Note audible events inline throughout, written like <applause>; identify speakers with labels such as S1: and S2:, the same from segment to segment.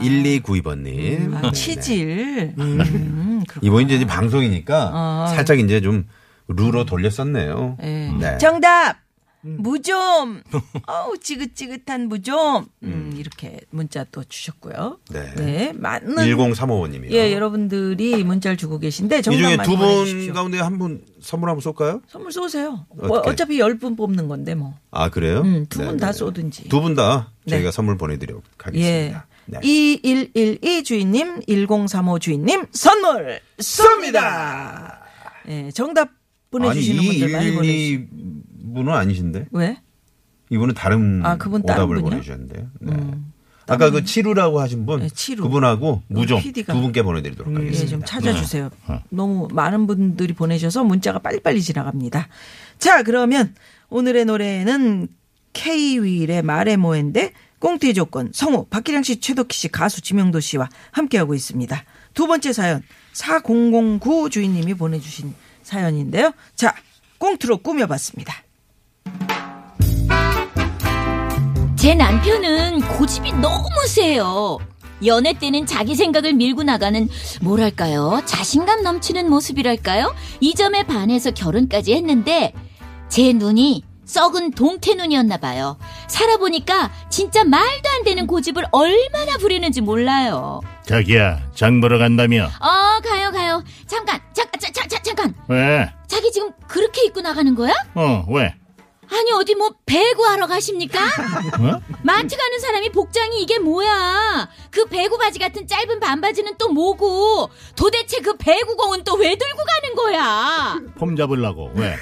S1: 1292번님. 네.
S2: 아, 치질. 음, 그렇구나.
S1: 이번 이제 방송이니까
S2: 어.
S1: 살짝 이제 좀 루로 돌렸었네요.
S2: 예.
S1: 네.
S2: 정답!
S1: <laughs>
S2: 무좀! 어우, 지긋지긋한 무좀! 음, 이렇게 문자 또 주셨고요.
S1: 네.
S2: 많은.
S1: 1035님이요.
S2: 예, 여러분들이 문자를 주고 계신데,
S1: 이
S2: 정답
S1: 중에
S2: 많이
S1: 두 분
S2: 보내주십시오.
S1: 가운데 한 분 선물 한번 쏠까요?
S2: 선물 쏘세요. 어,
S1: 어떻게?
S2: 어차피 열 분 뽑는 건데, 뭐.
S1: 아 그래요?
S2: 음, 두 분 다 쏘든지.
S1: 두 분 다
S2: 네.
S1: 저희가 선물 보내드리도록
S2: 예.
S1: 하겠습니다. 네.
S2: 2112 주인님, 1035 주인님, 선물 쏩니다! 예, 정답 보내주시는
S1: 아니
S2: 분들 많이 보내주세요.
S1: 이 분은 아니신데
S2: 왜?
S1: 이분은 다른
S2: 아, 그분 다른
S1: 오답을
S2: 분이요? 음.
S1: 보내주셨는데요. 네. 아까 그 치루라고 하신 분,
S2: 네, 치루.
S1: 그분하고 무종
S2: PD 가
S1: 두 분께 보내드리도록
S2: 예, 좀
S1: 하겠습니다. 네. 어.
S2: 찾아주세요. 너무 많은 분들이 보내셔서 문자가 빨리빨리 지나갑니다. 자, 그러면 오늘의 노래는 K-윌의 말의 모인데 꽁트의 조건 성우 박기량 씨, 최덕희 씨, 가수 지명도 씨와 함께하고 있습니다. 두 번째 사연 4009 주인님이 보내주신 사연인데요. 자, 꽁트로 꾸며봤습니다.
S3: 제 남편은 고집이 너무 세요. 연애 때는 자기 생각을 밀고 나가는 뭐랄까요? 자신감 넘치는 모습이랄까요? 이 점에 반해서 결혼까지 했는데 제 눈이 썩은 동태 눈이었나 봐요. 살아보니까 진짜 말도 안 되는 고집을 얼마나 부리는지 몰라요.
S4: 자기야, 장 보러 간다며.
S3: 어, 가요, 가요. 잠깐, 잠깐, 자, 자, 자, 잠깐.
S4: 왜?
S3: 자기 지금 그렇게 입고 나가는 거야?
S4: 어, 왜?
S3: 아니, 어디 뭐 배구하러 가십니까?
S4: 어?
S3: 마트 가는 사람이 복장이 이게 뭐야? 그 배구 바지 같은 짧은 반바지는 또 뭐고? 도대체 그 배구공은 또 왜 들고 가는 거야?
S4: 폼 잡으려고, 왜?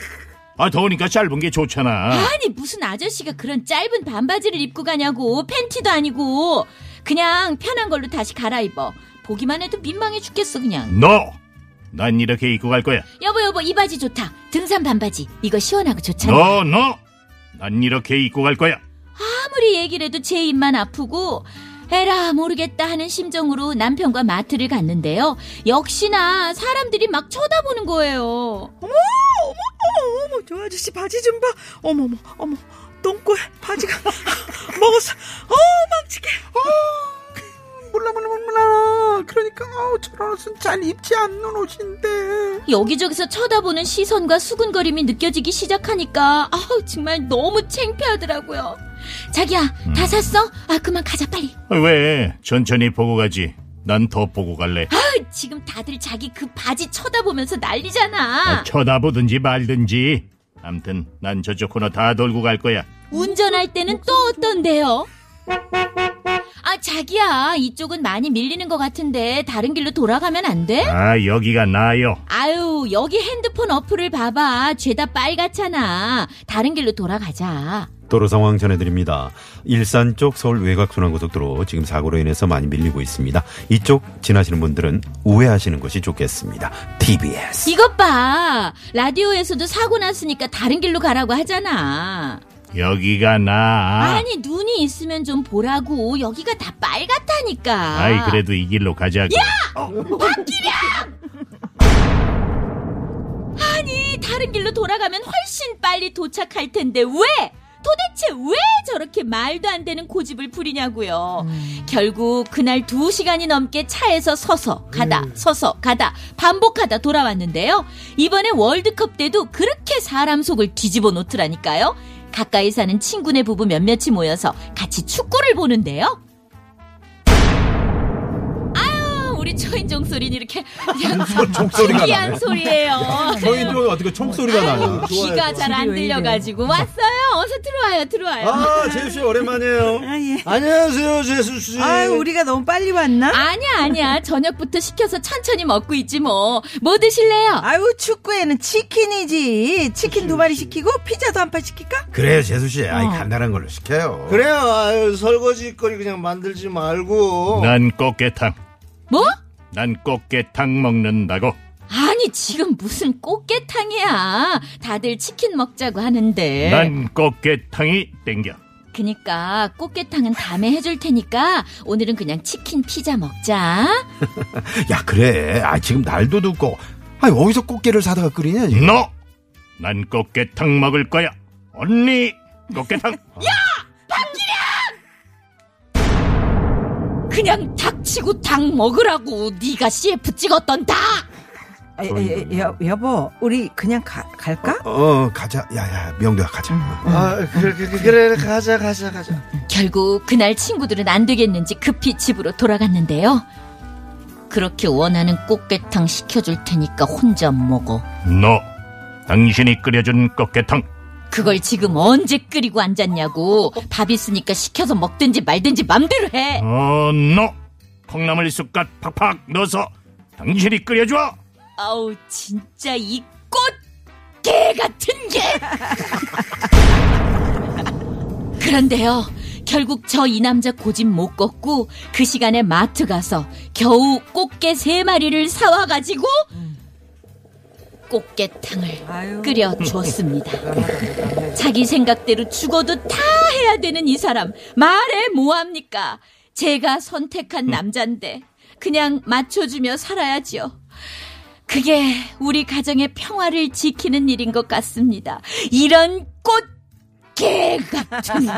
S4: 아, 더우니까 짧은 게 좋잖아.
S3: 아니 무슨 아저씨가 그런 짧은 반바지를 입고 가냐고 팬티도 아니고 그냥 편한 걸로 다시 갈아입어 보기만 해도 민망해 죽겠어 그냥
S4: 너! 난 이렇게 입고 갈 거야.
S3: 여보 여보 이 바지 좋다 등산 반바지 이거 시원하고 좋잖아
S4: 너, 너! 난 이렇게 입고 갈 거야.
S3: 아무리 얘기를 해도 제 입만 아프고 에라 모르겠다 하는 심정으로 남편과 마트를 갔는데요. 역시나 사람들이 막 쳐다보는 거예요.
S2: 어머, 어머, 저 아저씨 바지 좀 봐. 어머, 어머, 어머, 똥꼬에 바지가 <laughs> 먹었어. 어, 망치게.
S5: 아, 몰라, 몰라, 몰라, 몰라. 그러니까, 아우, 저런 옷은 잘 입지 않는 옷인데.
S3: 여기저기서 쳐다보는 시선과 수근거림이 느껴지기 시작하니까 아우 정말 너무 창피하더라고요. 자기야 다 샀어? 아 그만 가자 빨리.
S4: 아, 왜? 천천히 보고 가지. 난 더 보고 갈래.
S3: 아, 지금 다들 자기 그 바지 쳐다보면서 난리잖아.
S4: 아, 쳐다보든지 말든지. 암튼, 난 저쪽 코너 다 돌고 갈 거야.
S3: 운전할 때는 또 어떤데요? 아, 자기야, 이쪽은 많이 밀리는 것 같은데 다른 길로 돌아가면 안 돼?
S4: 아, 여기가 나요.
S3: 아유, 여기 핸드폰 어플을 봐봐. 죄다 빨갛잖아. 다른 길로 돌아가자.
S1: 도로 상황 전해드립니다. 일산 쪽 서울 외곽순환고속도로 지금 사고로 인해서 많이 밀리고 있습니다. 이쪽 지나시는 분들은 우회하시는 것이 좋겠습니다. TBS.
S3: 이것 봐. 라디오에서도 사고 났으니까 다른 길로 가라고 하잖아.
S4: 여기가 나.
S3: 아니, 눈이 있으면 좀 보라고. 여기가 다 빨갛다니까.
S4: 아이, 그래도 이 길로 가자고.
S3: 아니, 다른 길로 돌아가면 훨씬 빨리 도착할 텐데 왜? 도대체 왜 저렇게 말도 안 되는 고집을 부리냐고요.
S1: 음.
S3: 결국 그날 두 시간이 넘게 차에서 서서 가다
S1: 네.
S3: 서서 가다 반복하다 돌아왔는데요. 이번에 월드컵 때도 그렇게 사람 속을 뒤집어 놓더라니까요. 가까이 사는 친구네 부부 몇몇이 모여서 같이 축구를 보는데요. 아유, 우리 초인종
S1: <laughs>
S3: 소리는 이렇게 그냥
S1: 총소리가
S3: 특이한
S1: 나네.
S3: 소리예요.
S1: 저희도
S2: 뭐,
S1: 어떻게 총소리가 나요?
S3: 귀가 잘 안 들려가지고 왔어요. 어서 들어와요, 들어와요.
S1: 아, 제수씨 오랜만이에요.
S2: 아, 예.
S6: 안녕하세요 제수씨
S2: 아유, 우리가 너무 빨리 왔나?
S3: 아니야, 아니야. 저녁부터 시켜서 천천히 먹고 있지 뭐. 뭐 드실래요?
S2: 아유, 축구에는 치킨이지. 치킨 두 마리 시키고 피자도 한 판 시킬까?
S1: 그래요, 제수씨.
S2: 어.
S1: 아이, 간단한 걸로 시켜요.
S6: 그래요 아유, 설거지 거리 그냥 만들지 말고
S7: 네.
S4: 난 꽃게탕.
S3: 뭐?
S4: 난 꽃게탕 먹는다고.
S3: 아니, 지금 무슨 꽃게탕이야. 다들 치킨 먹자고 하는데.
S4: 난 꽃게탕이 땡겨.
S3: 그니까 꽃게탕은 다음에 해줄 테니까 오늘은 그냥 치킨 피자 먹자.
S1: 야, 그래. 아, 지금 날도 덥고. 아, 어디서 꽃게를 사다가 끓이냐, 지금.
S4: 너! 난 꽃게탕 먹을 거야. 언니, 꽃게탕. <laughs>
S3: 그냥 닭치고 닭 먹으라고 네가 CF 찍었던 닭.
S2: 아, 예, 예, 예, 여, 여보, 우리 그냥 가, 갈까?
S1: 어, 가자. 야, 야, 명도야, 가자.
S2: 음.
S6: 아 그래 그래 그래 가자 가자 가자
S3: 결국 그날 친구들은 안 되겠는지 급히 집으로 돌아갔는데요. 그렇게 원하는 꽃게탕 시켜줄 테니까 혼자 먹어.
S4: 너! 당신이 끓여준 꽃게탕.
S3: 그걸 지금 언제 끓이고 앉았냐고. 밥 있으니까 시켜서 먹든지 말든지 맘대로 해.
S4: 어, 너! 콩나물 쑥갓 팍팍 넣어서 당신이 끓여줘!
S3: 아우 진짜 이 꽃게 같은 게 <laughs> 그런데요 결국 저 이 남자 고집 못 꺾고 그 시간에 마트 가서 겨우 꽃게 세 마리를 사와가지고 꽃게탕을
S2: 아유. <laughs>
S3: 끓여줬습니다 자기 생각대로 죽어도 다 해야 되는 이 사람 말해 뭐합니까 제가 선택한 남잔데 그냥 맞춰주며 살아야지요 그게 우리 가정의 평화를 지키는 일인 것 같습니다. 이런 꽃게 같은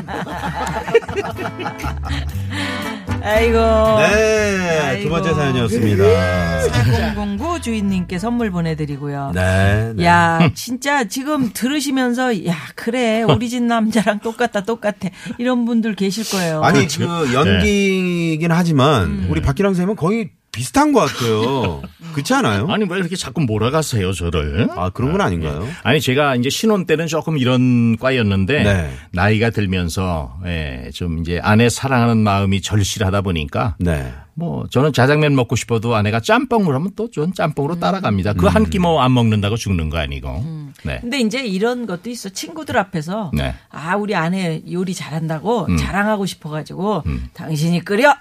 S2: 아이고.
S1: 네, 두 번째
S2: 아이고.
S1: 사연이었습니다.
S2: 4009 주인님께 선물 보내드리고요.
S1: 네. 네.
S2: 야, 진짜 지금 들으시면서, 야, 그래, 우리 집 남자랑 똑같다, 똑같아. 이런 분들 계실 거예요.
S1: 아니 그 연기긴 하지만 우리 박기랑 선생님은 거의 비슷한 것 같아요. 그렇지 않아요?
S7: 아니 왜 이렇게 자꾸 몰아가세요 저를?
S1: 아 그런 건 아닌가요?
S7: 아니 예. 제가 이제 신혼 때는 조금 이런 과였는데
S1: 네.
S7: 나이가 들면서 예, 좀 이제 아내 사랑하는 마음이 절실하다 보니까
S1: 네.
S7: 뭐 저는 자장면 먹고 싶어도 아내가 짬뽕을 하면 또 저는 짬뽕으로 따라갑니다. 그 한 끼 뭐 안 먹는다고 죽는 거 아니고.
S2: 음.
S7: 네.
S2: 근데 이제 이런 것도 있어. 친구들 앞에서.
S7: 네.
S2: 아, 우리 아내 요리 잘한다고
S1: 음.
S2: 자랑하고 싶어가지고, 당신이 끓여!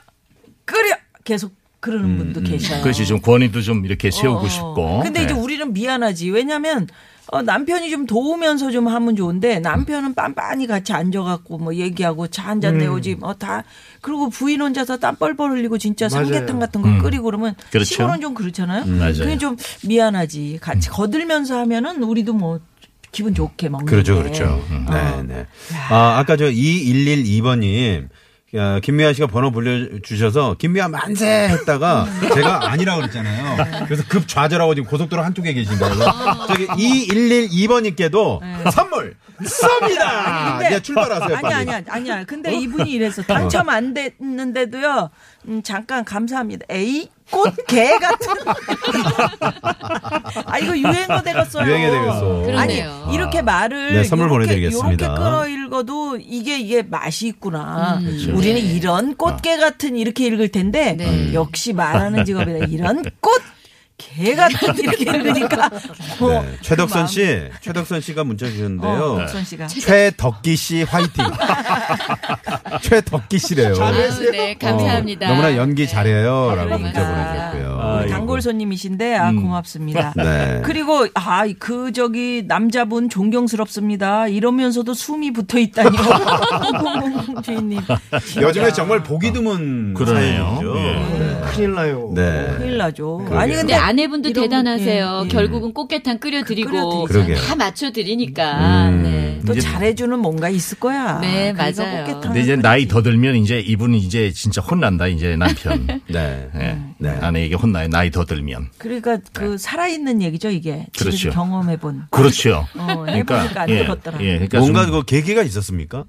S2: 끓여! 계속 그러는
S1: 음,
S2: 분도 계셔요.
S7: 그렇지 좀 권위도 좀 이렇게 세우고
S2: 어.
S7: 싶고.
S2: 근데 이제
S7: 네.
S2: 우리는 미안하지. 왜냐면 어, 남편이 좀 도우면서 좀 하면 좋은데 남편은 빤빤히 같이 앉아갖고 뭐 얘기하고 차 한 잔 내오지 뭐 다 그리고 부인 혼자서 땀 뻘뻘 흘리고 진짜 삼계탕 같은 거 끓이고 그러면
S7: 그렇죠. 음,
S2: 시골은 좀 그렇잖아요.
S7: 맞아요. 음.
S2: 그게 좀 미안하지. 같이 거들면서 하면은 우리도 뭐 기분 좋게 어. 먹는
S1: 그렇죠,
S2: 게.
S1: 그렇죠.
S7: 음.
S2: 음.
S1: 네, 네. 아 아까 저 2112번님. 김미아 씨가 번호 불려주셔서 김미아 만세 했다가 제가 아니라고 그랬잖아요. 그래서 급 좌절하고 지금 고속도로 한쪽에 계신다. 그래서 저기 2112번님께도 선물 쏩니다.
S2: 근데-
S1: 그냥 아, 네, 출발하세요.
S2: 아니
S1: 빨리. 어?
S2: 아니야 아니야. 근데
S1: <laughs>
S2: 이분이 이래서 당첨 안 됐는데도요. 음, 잠깐 감사합니다. 에이 꽃개 같은. <laughs> 아 이거 유행어 되겠어요.
S1: 유행어 되겠어.
S3: 그러네요.
S2: 아니 이렇게 말을
S1: 네, 선물 보내드리겠습니다.
S2: 이렇게 끌어읽어도 이게 이게 맛이 있구나.
S3: 음.
S1: 그렇죠.
S3: 네.
S2: 우리는 이런
S1: 아.
S2: 꽃게 같은 이렇게 읽을 텐데
S1: 음.
S2: 역시 말하는 직업이다.
S1: <laughs>
S2: 이런 꽃. 개 같은 이렇게 읽으니까 어,
S1: 네. 최덕선 씨, 최덕선 씨가 문자 주셨는데요. 네.
S2: 어, 선 씨가
S1: 최덕기 씨 <laughs> 화이팅. 최덕기 씨래요.
S3: 네, 감사합니다.
S1: 어, 아, 너무나 연기 잘해요라고
S2: 그러니까.
S1: 문자 보내셨고요.
S7: 아, 예.
S2: 우리 단골 손님이신데 아
S7: 음. <laughs>
S2: 고맙습니다.
S1: 네.
S2: 그리고 아 그 저기 남자분 존경스럽습니다. 이러면서도 숨이 붙어 있다니요. <laughs> 주인님. 진짜
S1: 요즘에 정말 보기 드문
S7: 그러네요.
S1: 사연이죠.
S7: 예.
S6: 큰일 나요
S1: 네.
S2: 큰일 나죠.
S1: 그러게요.
S2: 아니
S3: 근데
S2: <laughs> 근데
S3: 아내분도
S2: 이런-
S3: 대단하세요.
S2: 예, 예.
S3: 결국은 꽃게탕
S2: 끓여드리죠.
S3: 끓여드리고
S1: 그러게요.
S3: 다 맞춰드리니까. 네.
S2: 또
S7: 이제-
S2: 잘해주는 뭔가 있을 거야.
S3: 네,
S2: 그러니까
S3: 맞아요.
S2: 꽃게탕을
S7: 근데 이제 나이 더 들면 이제 이분이 이제 진짜 혼난다 이제
S2: <laughs>
S7: 남편.
S1: 네.
S7: 예.
S1: 네.
S7: 아내에게 혼나요. 나이 더 들면.
S2: 그러니까 그 살아있는 얘기죠 이게
S7: 네. 그렇죠.
S2: 집에서 경험해본.
S7: 그렇죠.
S2: 어, 해보니까 안 들었더라.
S7: 예, 그러니까
S1: 뭔가
S7: 좀-
S1: 그 계기가 있었습니까?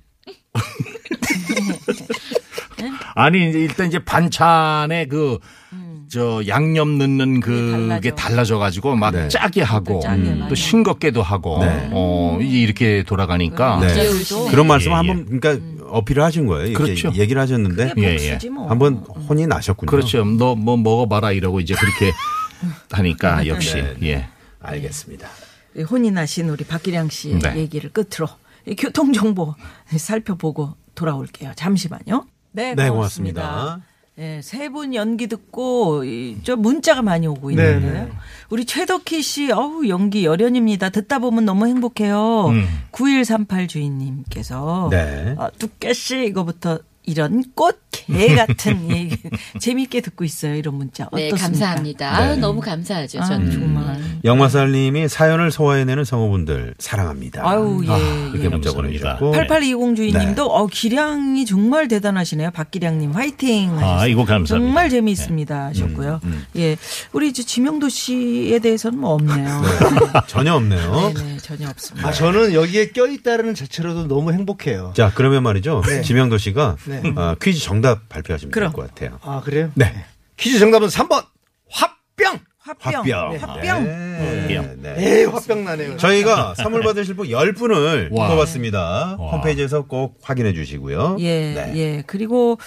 S7: 아니 이제 일단 이제 반찬에 그 저 양념 넣는 그게
S2: 음. 달라져.
S7: 달라져 가지고 막
S1: 네.
S7: 짜게 하고
S2: 짜게
S7: 음,
S2: 많이
S7: 또 싱겁게도 하고
S1: 네.
S7: 어 이제 이렇게 돌아가니까
S1: 네.
S3: 재우시네.
S1: 그런 말씀
S7: 예,
S1: 을 한번 그러니까 어필을 하신 거예요. 이렇게
S7: 그렇죠.
S1: 얘기를 하셨는데
S7: 예,
S2: 예, 예. 뭐.
S1: 한번 혼이 나셨군요.
S7: 그렇죠. 너 뭐 먹어봐라 이러고 이제
S2: <laughs>
S7: 그렇게 하니까 역시
S1: 네.
S7: 예.
S1: 알겠습니다.
S2: 이 예, 혼이 나신 우리 박기량 씨
S7: 네.
S2: 얘기를 끝으로 이 교통 정보 살펴보고 돌아올게요. 잠시만요. 네,
S1: 네, 고맙습니다.
S2: 고맙습니다. 예, 세 분 연기 듣고 이, 저 문자가 많이 오고 있는데요. 우리 최덕희 씨, 어우 연기 열연입니다. 듣다 보면 너무 행복해요. 9138 주인님께서
S1: 네.
S2: 아, 두께 씨 이거부터 이런 꽃개 같은 얘기 재미있게 듣고 있어요. 이런 문자
S3: 네,
S2: 어떻습니까?
S3: 감사합니다. 아유, 너무 감사하죠.
S2: 아,
S3: 저는
S2: 정말.
S1: 영화살님이 사연을 소화해내는 성우분들 사랑합니다.
S2: 아유, 예, 예.
S1: 이렇게 문자
S7: 감사합니다.
S1: 보내주셨고
S2: 8820 주인님도 어 기량이 정말 대단하시네요. 박기량님 화이팅. 하셨어요.
S7: 아, 이거 감사합니다. 네.
S2: 정말 재미있습니다 하셨고요. 예, 우리 저 지명도 씨에 대해서는 뭐 없네요.
S1: 전혀 없네요.
S2: 네, 네, 전혀 없습니다.
S6: 아, 저는 여기에 껴있다는 자체로도 너무 행복해요.
S1: 자 그러면 말이죠. 지명도 씨가
S6: 네.
S1: 어, 퀴즈 정답 발표하시면 될
S2: 그럼.
S1: 것 같아요.
S6: 아, 그래요?
S1: 네.
S6: 퀴즈 정답은 3번. 화병!
S2: 화병,
S1: 화병. 아,
S2: 네, 화병.
S1: 네. 네.
S6: 에이, 화병 나네요.
S1: 저희가 선물 받으실 분 10분을 뽑아봤습니다. 홈페이지에서 꼭 확인해 주시고요.
S2: 예,
S1: 네.
S2: 예. 그리고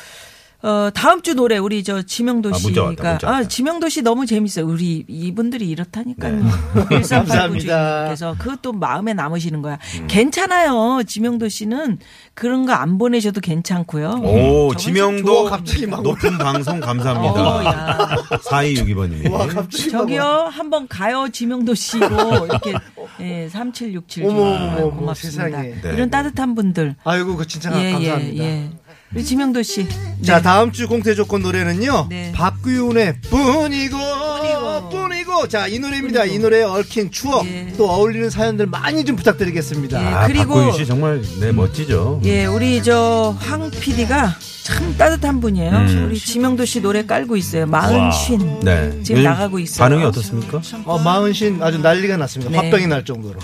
S2: 어 다음 주 노래 우리 저 지명도
S1: 아, 문자
S2: 씨가
S1: 왔다, 문자
S2: 아
S1: 왔다.
S2: 지명도 씨 너무 재밌어요. 우리 이분들이 이렇다니까요. <laughs>
S1: 네.
S2: 1389
S6: 감사합니다.
S2: 주인님께서 그것도 마음에 남으시는 거야. 괜찮아요. 지명도 씨는 그런 거 안 보내셔도 괜찮고요.
S1: 오,
S6: 좋아,
S1: 지명도
S6: 갑자기 막
S1: 높은 방송
S2: 어,
S1: 감사합니다.
S2: 야.
S1: 4262번님이.
S6: 와, 아, 갑자기.
S2: 저기요 한번 가요 지명도 씨로
S6: <laughs>
S2: 이렇게 예, 3767
S6: 어. 어머,
S2: 주인님.
S6: 어머, 어머,
S2: 고맙습니다.
S6: 세상에.
S1: 네, 네.
S2: 이런 따뜻한 분들 예,
S6: 아이고, 그 진짜 감사합니다.
S2: 우리 지명도 씨
S6: 자, 다음 주 공태 조건 노래는요.
S2: 네.
S6: 박구윤의 뿐이고,
S2: 뿐이고.
S6: 뿐이고, 자, 이 노래입니다. 이 노래에 얽힌 추억,
S2: 예.
S6: 또 어울리는 사연들 많이 좀 부탁드리겠습니다.
S2: 예.
S1: 아,
S2: 그리고-
S1: 박구윤 씨 정말 네 멋지죠.
S2: 예, 우리 저 황 PD가 참 따뜻한 분이에요.
S1: 음.
S2: 우리 지명도 씨 노래 깔고 있어요. 마흔쉰.
S1: 네.
S2: 지금
S1: 요즘
S2: 나가고 있어요.
S1: 반응이 어떻습니까?
S6: 어, 마흔신 아주 난리가 났습니다.
S2: 네.
S6: 화병이 날 정도로.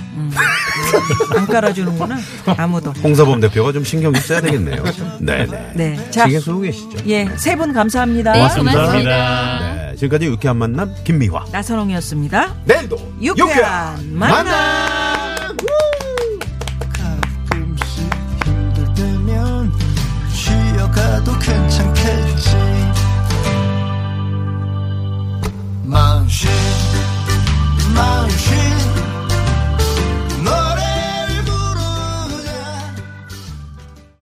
S2: 안 깔아주는구나. 아무도.
S1: 홍서범 대표가 좀 신경 좀 써야
S2: <laughs>
S1: 되겠네요. 네, 네.
S2: 네. 자,
S1: 신경 쓰고 계시죠.
S2: 예, 세 분 감사합니다.
S3: 네, 고맙습니다.
S1: 네, 지금까지 유쾌한 만남 김미화.
S2: 나선홍이었습니다.
S1: 내일도
S2: 유쾌한 만남.
S8: 가끔씩 힘들 때면 쉬어가도 괜찮겠지 마음 쉬